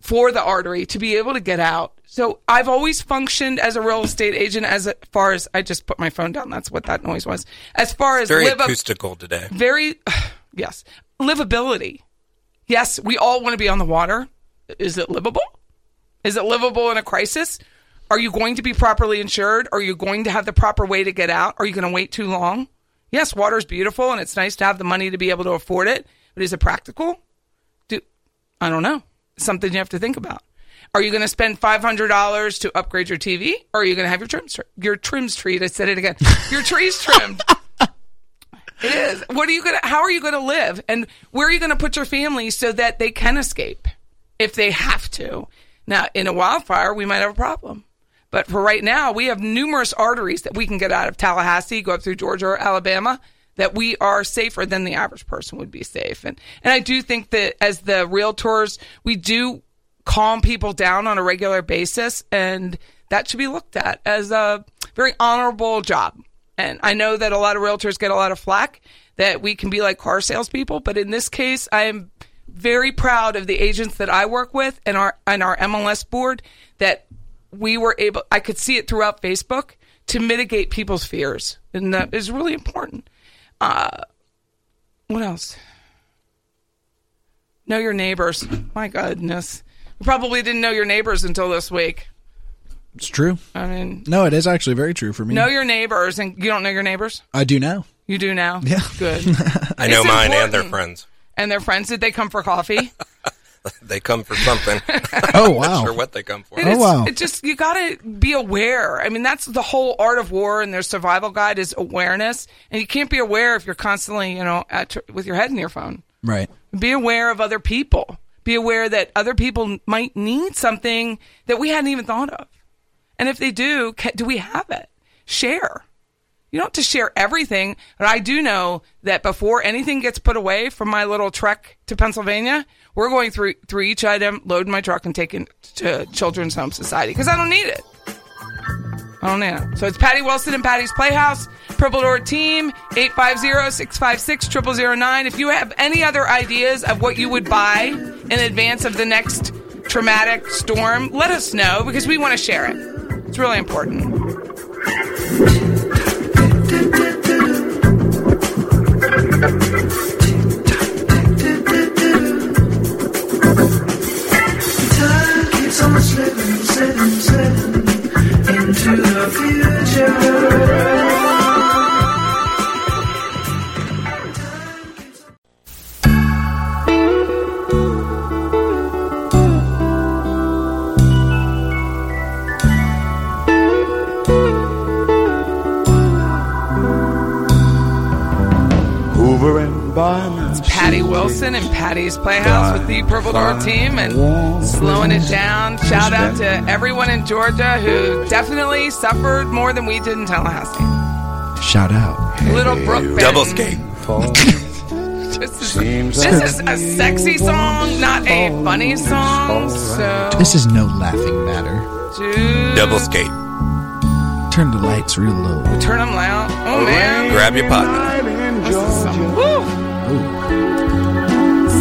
S1: for the artery to be able to get out. So I've always functioned as a real estate agent as far as I just put my phone down. That's what that noise was. As far as
S4: Very
S1: live up,
S4: acoustical today.
S1: very yes, livability. Yes, we all want to be on the water. Is it livable? Is it livable in a crisis? Are you going to be properly insured? Are you going to have the proper way to get out? Are you going to wait too long? Yes, water's beautiful and it's nice to have the money to be able to afford it, but is it practical? Do I don't know. Something you have to think about. Are you going to spend five hundred dollars to upgrade your TV, or are you going to have your trims your trims treed? I said it again. Your trees trimmed. it is. What are you going to? How are you going to live? And where are you going to put your family so that they can escape if they have to? Now, in a wildfire, we might have a problem. But for right now, we have numerous arteries that we can get out of Tallahassee, go up through Georgia or Alabama, that we are safer than the average person would be safe. And and I do think that as the realtors, we do calm people down on a regular basis, and that should be looked at as a very honorable job. And I know that a lot of realtors get a lot of flack that we can be like car salespeople, but in this case, I am very proud of the agents that I work with and our and our MLS board that we were able I could see it throughout Facebook to mitigate people's fears and that is really important. Uh, what else? Know your neighbors. My goodness. We probably didn't know your neighbors until this week.
S2: It's true.
S1: I mean,
S2: No, it is actually very true for me.
S1: know your neighbors and you don't know your neighbors?
S2: I do now.
S1: You do now? Yeah. Good.
S4: I know
S1: It's
S4: mine and their
S1: important.
S4: friends.
S1: and their friends, did they come for coffee?
S4: They come for something.
S2: Oh wow.
S4: Sure, what they come for?
S1: It is-
S2: wow.
S1: It just you got to be aware. I mean, that's the whole art of war and their survival guide is awareness, and you can't be aware if you're constantly, you know, at, with your head in your phone.
S2: Right.
S1: Be aware of other people. Be aware that other people might need something that we hadn't even thought of. And if they do, ca do we have it? Share. You don't have to share everything, but I do know that before anything gets put away from my little trek to Pennsylvania, we're going through through each item, loading my truck, and taking to Children's Home Society because I don't need it. I don't know. So it's Patty Wilson and Patty's Playhouse, Purple Door Team, 850-656-0009. If you have any other ideas of what you would buy in advance of the next traumatic storm, let us know because we want to share it. It's really important.
S6: Time keeps on slipping, slipping, slipping into the future. Hoovering by my
S1: Patty Wilson and Patty's Playhouse with the Purple Door Team and slowing it down. Shout out to everyone in Georgia who definitely suffered more than we did in Tallahassee.
S2: Shout out.
S1: Little Brooke
S4: Double
S1: Benton.
S4: skate.
S1: This is, this is a sexy song, not a funny song. So,
S2: This is no laughing matter.
S1: dude,
S4: Double skate.
S2: Turn the lights real low.
S1: turn them loud. Oh man,
S4: Grab your partner.
S1: woo!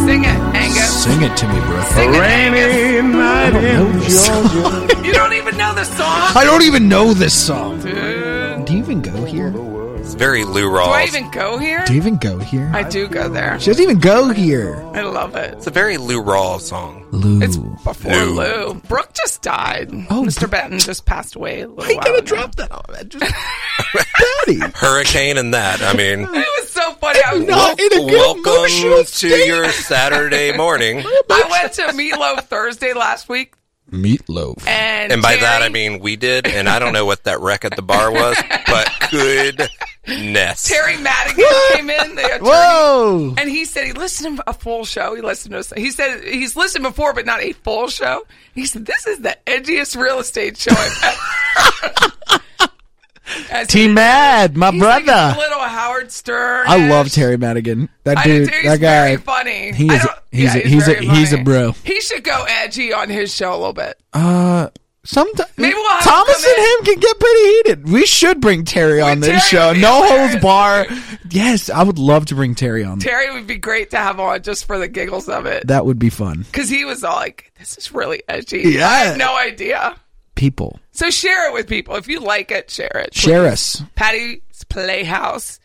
S1: Sing it, Angus.
S2: Sing it to me, bro.
S1: Sing it, Angus.
S6: night in Georgia.
S1: You don't even know the song,
S2: I don't even know this song.
S1: dude.
S2: Do you even go here? Do
S4: It's very Lou
S1: Do I
S4: Rawls.
S1: even go here?
S2: you even go here?
S1: I do go there.
S2: She doesn't even go here.
S1: I love it.
S4: It's a very Lou Rawls song.
S2: Lou.
S1: It's before
S4: Lou.
S1: Lou. Brooke just died.
S2: Oh,
S1: Mr.
S2: Brooke-
S1: Benton just passed away. A little
S2: I ain't
S1: while
S2: gonna
S1: ago.
S2: drop that on that. Just Daddy.
S4: Hurricane and that. I mean,
S1: It was so funny. I was
S2: Not in a good emotional
S4: welcome to
S2: state.
S4: your Saturday morning.
S1: I went to Meatloaf Thursday last week,
S2: Meatloaf.
S1: and
S4: And by that,
S1: Terry-
S4: I mean we did. And I don't know what that wreck at the bar was, but goodness.
S1: Terry Madigan came in, the attorney,
S2: Whoa.
S1: and he said he listened to a full show. He listened to us. He said he's listened before, but not a full show. He said this is the edgiest real estate show. I've ever.
S2: T Mad, my
S1: He's like
S2: brother.
S1: a little Howard Stern.
S2: I love Terry Madigan. That
S1: I do
S2: dude,
S1: too. He's
S2: that guy.
S1: very funny.
S2: he
S1: I
S2: is-
S1: don't-
S2: he's a- he's a-
S1: very
S2: he's a
S1: funny.
S2: bro.
S1: He should go edgy on his show a little bit.
S2: Uh, Sometimes
S1: Maybe we'll have
S2: Thomas
S1: him
S2: and
S1: come
S2: him can get pretty heated. We should bring Terry on
S1: Terry
S2: this show.
S1: would be
S2: No
S1: hilarious.
S2: holds bar. Yes, I would love to bring Terry on.
S1: Terry would be great to have on just for the giggles of it.
S2: that would be fun.
S1: Because he was all like, this is really edgy.
S2: Yeah.
S1: I had no idea.
S2: People,
S1: So share it with people. If you like it, share it.
S2: share us.
S1: Patty's Playhouse.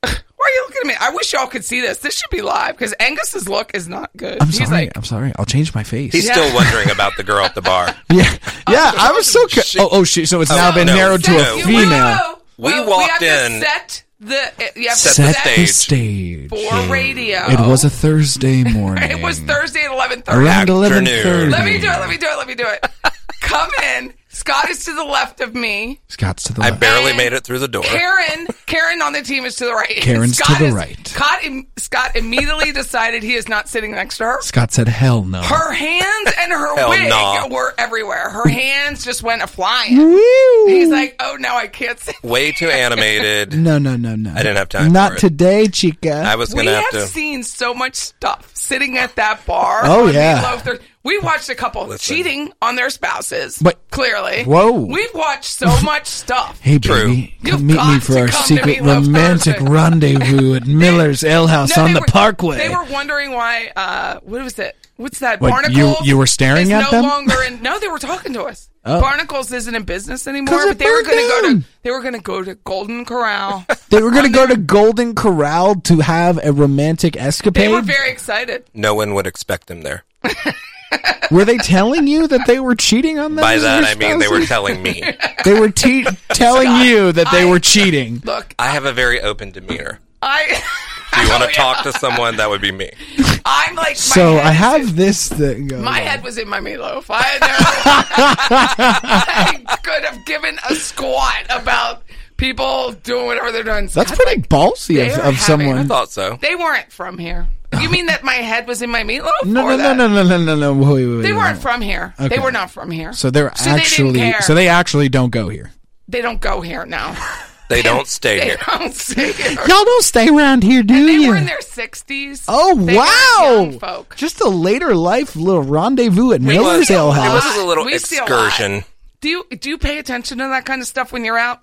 S1: Why are you looking at me? I wish y'all could see this. This should be live because Angus's look is not good.
S2: I'm
S1: He's
S2: sorry.
S1: like,
S2: I'm sorry. I'll change my face.
S4: He's still wondering about the girl at the bar.
S2: yeah,
S1: Oh,
S2: yeah. I was so. Ca-
S4: She-
S2: oh, oh, shit. So it's now been
S4: no,
S2: narrowed to
S4: no.
S2: a
S1: You-
S2: female.
S1: Whoa,
S4: We
S1: whoa,
S4: walked
S1: we have
S4: in.
S1: To set the you have
S4: Set
S1: to
S4: the
S2: Set
S1: set
S4: stage.
S2: the stage.
S1: for radio.
S2: It was a Thursday morning.
S1: It was Thursday at eleven thirty.
S2: around eleven
S4: Afternoon.
S1: Let me
S2: thirty.
S1: do it. Let me do it. Let me do it. Come in. Scott is to the left of me.
S2: Scott's to the
S4: I
S2: left.
S4: barely
S1: And
S4: made it through the door.
S1: Karen, Karen on the team is to the right.
S2: Karen's to
S1: Scott
S2: the
S1: is-
S2: right.
S1: Scott, im- Scott immediately decided he is not sitting next to her.
S2: Scott said, "Hell no."
S1: Her hands and her
S4: Hell
S1: wig
S4: nah.
S1: were everywhere. Her hands just went a flying.
S2: Woo.
S1: He's like, "Oh no, I can't sit."
S4: Way too animated.
S2: No, no, no, no. I
S4: didn't have time
S2: Not
S4: for it.
S2: today, chica.
S4: I was
S1: We
S4: gonna
S1: have
S4: have to.
S1: seen so much stuff sitting at that bar.
S2: Oh,
S1: on
S2: yeah.
S1: Meatloaf Thur- we watched a couple cheating on their spouses.
S2: But-
S1: clearly,
S2: Whoa.
S1: we've watched so much stuff.
S2: hey,
S4: True.
S2: baby,
S1: You've
S2: come meet me
S1: got
S2: for
S1: to
S2: our
S1: come to
S2: secret
S1: Meatloaf
S2: romantic
S1: Thursday.
S2: rendezvous at Miller's Ale House
S1: No,
S2: on
S1: they
S2: the
S1: were-
S2: Parkway.
S1: They were wondering why. Uh, what was it? What's that?
S2: What,
S1: Barnacles.
S2: you- you were staring
S1: is
S2: at
S1: no
S2: them?
S1: longer in. No, they were talking to us.
S2: Oh.
S1: Barnacles isn't in business anymore.
S2: 'Cause it
S1: But they were
S2: burned
S1: going to go
S2: down.
S1: to. They were going to go to Golden Corral.
S2: They were going to go to Golden Corral to have a romantic escapade.
S1: they were very excited.
S4: No one would expect him there.
S2: Were they telling you that they were cheating on them?
S4: By
S2: as
S4: that
S2: your
S4: I mean they were
S2: spouses?
S4: telling me.
S2: they were te- telling you that they
S1: I-
S2: were cheating.
S1: Look,
S4: I have a very open demeanor.
S1: I.
S4: If you want
S1: Oh,
S4: to
S1: yeah.
S4: talk to someone, that would be me.
S1: I'm like. My
S2: So
S1: head
S2: I
S1: is
S2: have this thing going.
S1: My
S2: on.
S1: head was in my meatloaf. I, had no, I could have given a squat about people doing whatever they're doing.
S2: That's
S1: God,
S2: pretty
S1: like,
S2: ballsy
S1: they are
S2: of, of
S1: having-
S2: someone.
S4: Thought so.
S1: they weren't from here. You mean that my head was in my meatloaf?
S2: No,
S1: or
S2: no, no,
S1: that-
S2: no, no, no, no, no. Wait, wait, wait,
S1: They
S2: wait.
S1: weren't from here.
S2: Okay.
S1: They were not from here.
S2: So they're
S1: So they didn't
S2: actually.
S1: care.
S2: so they actually don't go here.
S1: They don't go here now.
S4: They don't stay
S1: They
S4: here.
S1: don't stay here.
S2: Y'all don't stay around here, do
S1: They
S2: you?
S1: were in their sixties.
S2: oh
S1: They
S2: wow!
S1: weren't young folk.
S2: Just a later life little rendezvous at
S4: It was,
S2: Miller's
S4: it
S2: Ale House.
S4: was a little
S1: We see a lot.
S4: excursion.
S1: Do you do you pay attention to that kind of stuff when you're out?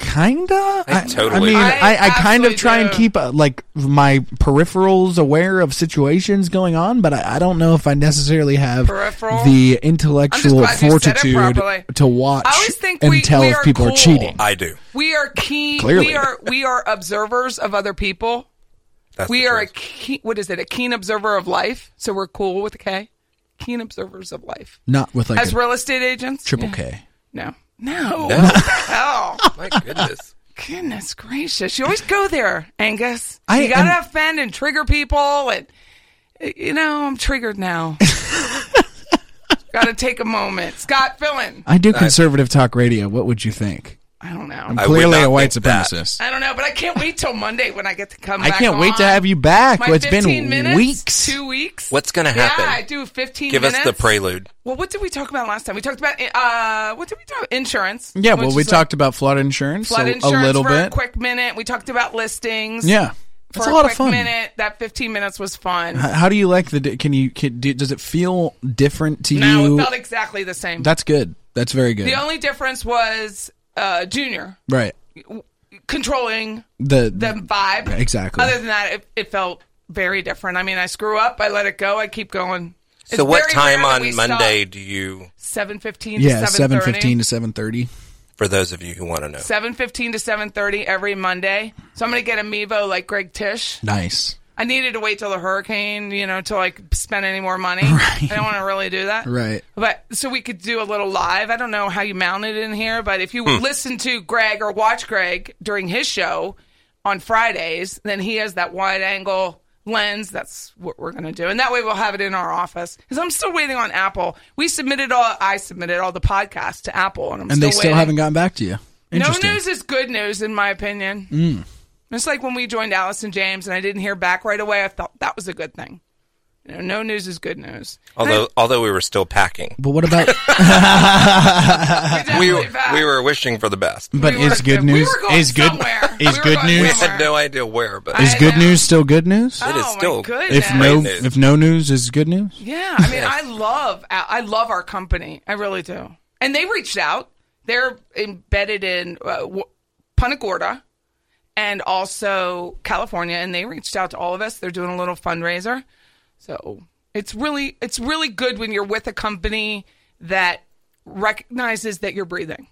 S2: Kinda. I, I
S4: totally-
S2: mean, I,
S1: I
S2: I, kind of
S1: absolutely
S2: try and
S1: do.
S2: keep uh, like my peripherals aware of situations going on, but I, I don't know if I necessarily have
S1: Peripheral?
S2: the intellectual
S1: I'm just glad you said it
S2: fortitude
S1: properly.
S2: to watch
S1: I always think
S2: and
S1: we-
S2: tell
S1: we
S2: if
S1: are
S2: people are
S1: cool.
S2: cheating.
S4: I do.
S1: We are keen.
S2: Clearly.
S1: We are we are observers of other people.
S4: That's
S1: we
S4: the
S1: are a
S4: truth.
S1: keen, what is it? A keen observer of life. So we're cool with a K. Keen observers of life.
S2: Not with like
S1: As
S2: a
S1: real estate agents.
S2: triple
S1: Yeah.
S2: K.
S1: No. No.
S4: No.
S1: Hell.
S4: My goodness.
S1: Goodness gracious. You always go there, Angus.
S2: I
S1: you gotta
S2: am-
S1: offend and trigger people and you know, I'm triggered now. gotta take a moment. Scott Fillin.
S2: I do conservative talk radio. What would you think?
S1: I don't know.
S4: I would
S2: Clearly
S4: not
S2: a white
S4: think that.
S2: supremacist.
S1: I don't know, but I can't wait till Monday when I get to come
S2: I
S1: back
S2: can't wait to
S1: on.
S2: have you back.
S1: My
S2: it's been
S1: 15 minutes,
S2: weeks.
S1: Two weeks.
S4: What's gonna happen?
S1: Yeah, I do 15
S4: Give us
S1: minutes.
S4: the prelude.
S1: Well, what did we talk about last time? We talked about, uh, what did we talk Insurance.
S2: Yeah,
S1: which
S2: well,
S1: is
S2: we
S1: like
S2: talked about flood insurance,
S1: flood
S2: so
S1: insurance
S2: a little
S1: for
S2: bit.
S1: a quick minute. We talked about listings.
S2: yeah,
S1: For
S2: it's a
S1: a,
S2: lot
S1: quick
S2: of fun.
S1: minute. That 15 minutes was fun.
S2: H- How do you like the? di- Can you? Can, do, does it feel different to
S1: no,
S2: you?
S1: it felt exactly the same.
S2: That's good. That's very good.
S1: the only difference was uh, Junior
S2: right.
S1: controlling
S2: The,
S1: the vibe.
S2: Exactly.
S1: Other than that, it, it felt very different. I mean, I screw up, I let it go, I keep going. It's
S4: So what
S1: very
S4: time
S1: rare that we
S4: on
S1: stop.
S4: Monday do you
S1: Seven fifteen.
S2: yeah,
S1: to
S2: seven fifteen
S1: 7:30.
S2: to seven thirty.
S4: for those of you who want to know?
S1: 7:15 to 7:30 every Monday. So I'm going to get a Mevo like Greg Tish.
S2: Nice.
S1: I needed to wait till the hurricane, you know, to like spend any more money. I don't want to really do that.
S2: Right.
S1: But so we could do a little live. I don't know how you mount it in here, but if you listen to Greg or watch Greg during his show on Fridays, then he has that wide angle lens. That's what we're going to do. And that way we'll have it in our office. Because I'm still waiting on Apple. We submitted all, I submitted all the podcasts to Apple, and I'm
S2: And
S1: still
S2: they still
S1: waiting.
S2: haven't gotten back to you.
S1: No
S2: Interesting.
S1: news is good news, in my opinion.
S4: Mm.
S1: It's like when we joined Allison James and I didn't hear back right away. I felt that was a good thing. You know, no news is good news.
S4: Although, although we were still packing,
S2: But what about?
S4: we were,
S1: Definitely back.
S4: we were wishing for the best.
S2: But
S1: We
S2: is
S1: were-
S2: good
S1: we were
S2: news
S1: going
S2: is good
S1: somewhere. We
S2: is
S1: were
S2: good
S1: going
S2: news
S4: We
S1: somewhere.
S4: had no idea where, but
S1: I
S2: is good
S1: know.
S2: news still good news?
S4: it is
S1: Oh, my
S4: still
S1: goodness.
S2: If
S1: Great
S2: no
S4: news.
S2: if no news is good news,
S1: Yeah, I mean, I love I love our company. I really do. And they reached out. They're embedded in uh, w- Punta Gorda and also California, and they reached out to all of us. They're doing a little fundraiser, so it's really it's really good when you're with a company that recognizes that you're breathing.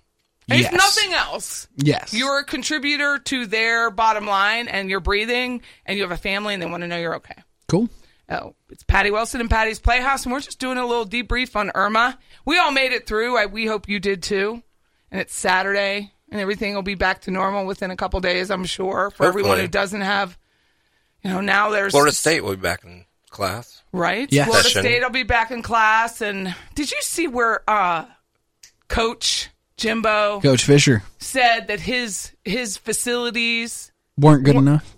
S1: And
S2: Yes.
S1: If nothing else,
S2: yes,
S1: you're a contributor to their bottom line, and you're breathing, and you have a family, and they want to know you're okay.
S2: cool.
S1: Oh, it's Patty Wilson and Patty's Playhouse, and we're just doing a little debrief on Irma. We all made it through. I, we hope you did too. And it's Saturday, and everything will be back to normal within a couple days, I'm sure, for everyone
S4: Hopefully.
S1: who doesn't have, you know, now there's
S4: Florida State will be back in class.
S1: right.
S2: Yes.
S1: Florida
S4: Session.
S1: State will be back in class. And did you see where uh, Coach Jimbo
S2: Coach Fisher
S1: said that his his facilities?
S2: weren't good enough.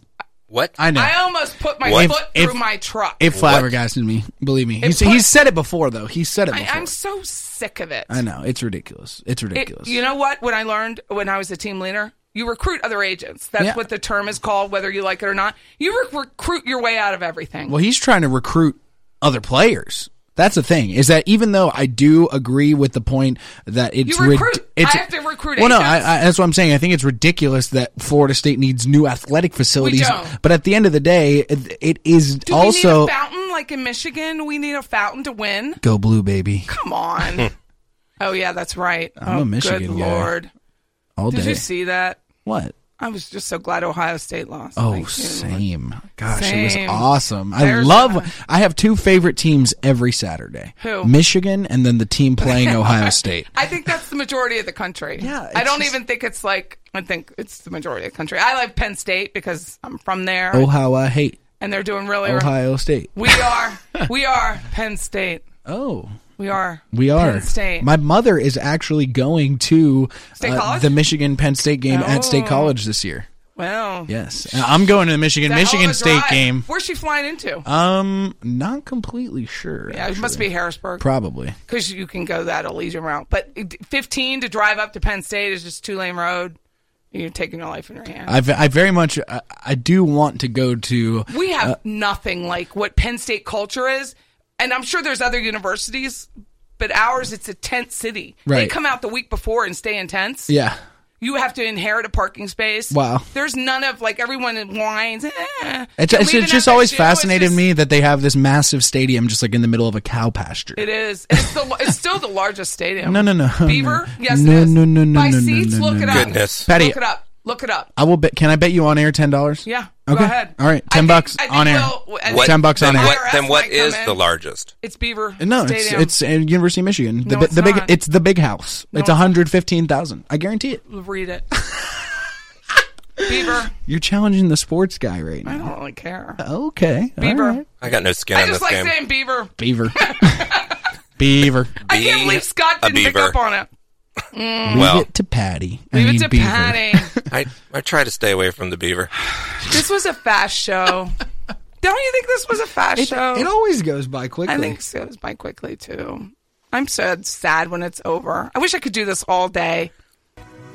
S4: What?
S2: I know.
S1: I almost put my
S4: What?
S1: foot
S2: If-
S1: through my truck.
S2: it flabbergasted me. Believe me, he's,
S1: put-
S2: he's said it before though. He said it
S1: I,
S2: before.
S1: I'm so sick of it.
S2: I know it's ridiculous. It's
S1: It-
S2: ridiculous.
S1: you know what? When I learned when I was a team leader, you recruit other agents. That's
S2: Yeah.
S1: what the term is called, whether you like it or not. You rec- recruit your way out of everything.
S2: Well, he's trying to recruit other players. That's the thing is that even though I do agree with the point that
S1: You
S2: it's
S1: recruit.
S2: rid- it's
S1: I have to recruit
S2: Well, no, I,
S1: agents.
S2: I, that's what I'm saying. I think it's ridiculous that Florida State needs new athletic facilities.
S1: don't.
S2: But at the end of the day, it, it is
S1: Do we
S2: also
S1: need a fountain like in Michigan? We need a fountain to win.
S2: go blue, baby,
S1: Come on. oh yeah, that's right.
S2: I'm a
S1: oh,
S2: Michigan
S1: good
S2: guy.
S1: lord.
S2: all
S1: Did
S2: day.
S1: you see that?
S2: what?
S1: I was just so glad Ohio State lost.
S2: Oh,
S1: Like,
S2: same. Gosh, it was
S1: Same.
S2: awesome. I
S1: There's
S2: love.
S1: a-
S2: I have two favorite teams every Saturday.
S1: Who?
S2: Michigan and then the team playing Ohio State.
S1: I think that's the majority of the country.
S2: Yeah,
S1: I
S2: it's
S1: don't
S2: just-
S1: even think it's like I think it's the majority of the country. I like Penn State because I'm from there,
S2: Oh, how I hate
S1: and they're doing really
S2: Ohio State.
S1: We are. we are Penn State.
S2: Oh.
S1: We are.
S2: We are.
S1: Penn State.
S2: My mother is actually going to uh,
S1: State College?
S2: the Michigan Penn State game at State
S1: Oh.
S2: College this year.
S1: well,
S2: Yes. And I'm going to the Michigan
S1: that hell of
S2: Michigan
S1: a
S2: State
S1: drive.
S2: game.
S1: Where's she flying into?
S2: Um not completely sure.
S1: yeah, it must
S2: actually.
S1: be Harrisburg
S2: probably.
S1: because you can go that Elysian route. But it- 15 to drive up to Penn State is just two lane road. You're taking your life in your hands.
S2: I ve- I very much I, I do want to go to
S1: we have nothing like what Penn State culture is, and I'm sure there's other universities, but ours it's a tent city. They
S2: Right.
S1: come out the week before and stay in tents.
S2: yeah.
S1: You have to inherit a parking space.
S2: Wow.
S1: There's none of like everyone whines. "Eh,
S2: It's,
S1: they're
S2: it's,
S1: leaving
S2: it's just
S1: FSU."
S2: always
S1: It's
S2: fascinated
S1: just-
S2: me that they have this massive stadium just like in the middle of a cow pasture.
S1: It is. It's, the, it's still the largest stadium.
S2: No, no, no.
S1: Beaver?
S2: No.
S1: Yes,
S2: No,
S1: it is.
S2: no, no, no,
S1: By
S2: no, no,
S1: seats,
S2: no,
S1: look
S2: no,
S1: it
S2: no.
S1: up.
S4: Goodness.
S2: Patty-
S1: Look it up. Look it up.
S2: I will bet can I bet you on air $10?
S1: Yeah.
S2: Okay.
S1: Go ahead.
S2: All right,
S1: I
S2: 10
S1: think-
S2: bucks
S1: I think
S2: on air.
S1: we'll- I
S4: What-
S1: think
S2: 10 bucks on
S4: then
S2: air.
S4: What,
S1: IRS
S4: then what
S1: might come
S4: is
S1: in.
S4: the largest?
S1: It's Beaver.
S2: No, it's
S1: Stadium.
S2: it's uh, University of Michigan. The,
S1: No,
S2: bi-
S1: it's
S2: the big
S1: not.
S2: it's the big house. it's
S1: it's not.
S2: one hundred fifteen thousand. I guarantee it.
S1: Read it. Beaver.
S2: You're challenging the sports guy right
S1: I
S2: now.
S1: don't really care.
S2: Okay,
S1: Beaver.
S2: all right.
S4: I got no skin
S1: I
S4: in
S1: just
S4: this
S1: like
S4: game.
S1: saying Beaver.
S2: Beaver, Beaver.
S1: I can't
S4: Be
S1: believe Scott
S4: a
S1: didn't pick
S4: beaver.
S1: up on it.
S4: well,
S2: Leave it to Patty. I
S1: Leave
S2: mean,
S1: it to
S2: Beaver.
S1: Patty.
S4: I, I try to stay away from the beaver.
S1: this was a fast show. Don't you think this was a fast
S2: It,
S1: show?
S2: it always goes by quickly.
S1: I think so. It was by quickly too. I'm so sad when it's over. I wish I could do this all day.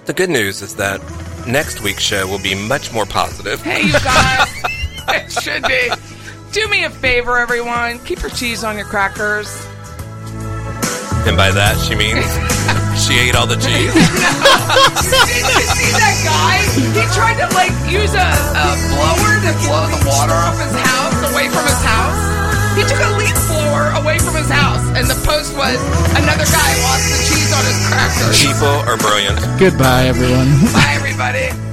S4: The good news is that next week's show will be much more positive.
S1: Hey, you guys, it should be. Do me a favor, everyone. Keep your cheese on your crackers.
S4: And by that, she means she ate all the cheese.
S1: Did you see that guy? He tried to like use a, a blower to blow the water off his house away from his house. He took a leaf blower away from his house, and the post was another guy lost the cheese on his crackers.
S4: People are brilliant.
S2: Goodbye, everyone.
S1: Bye, everybody.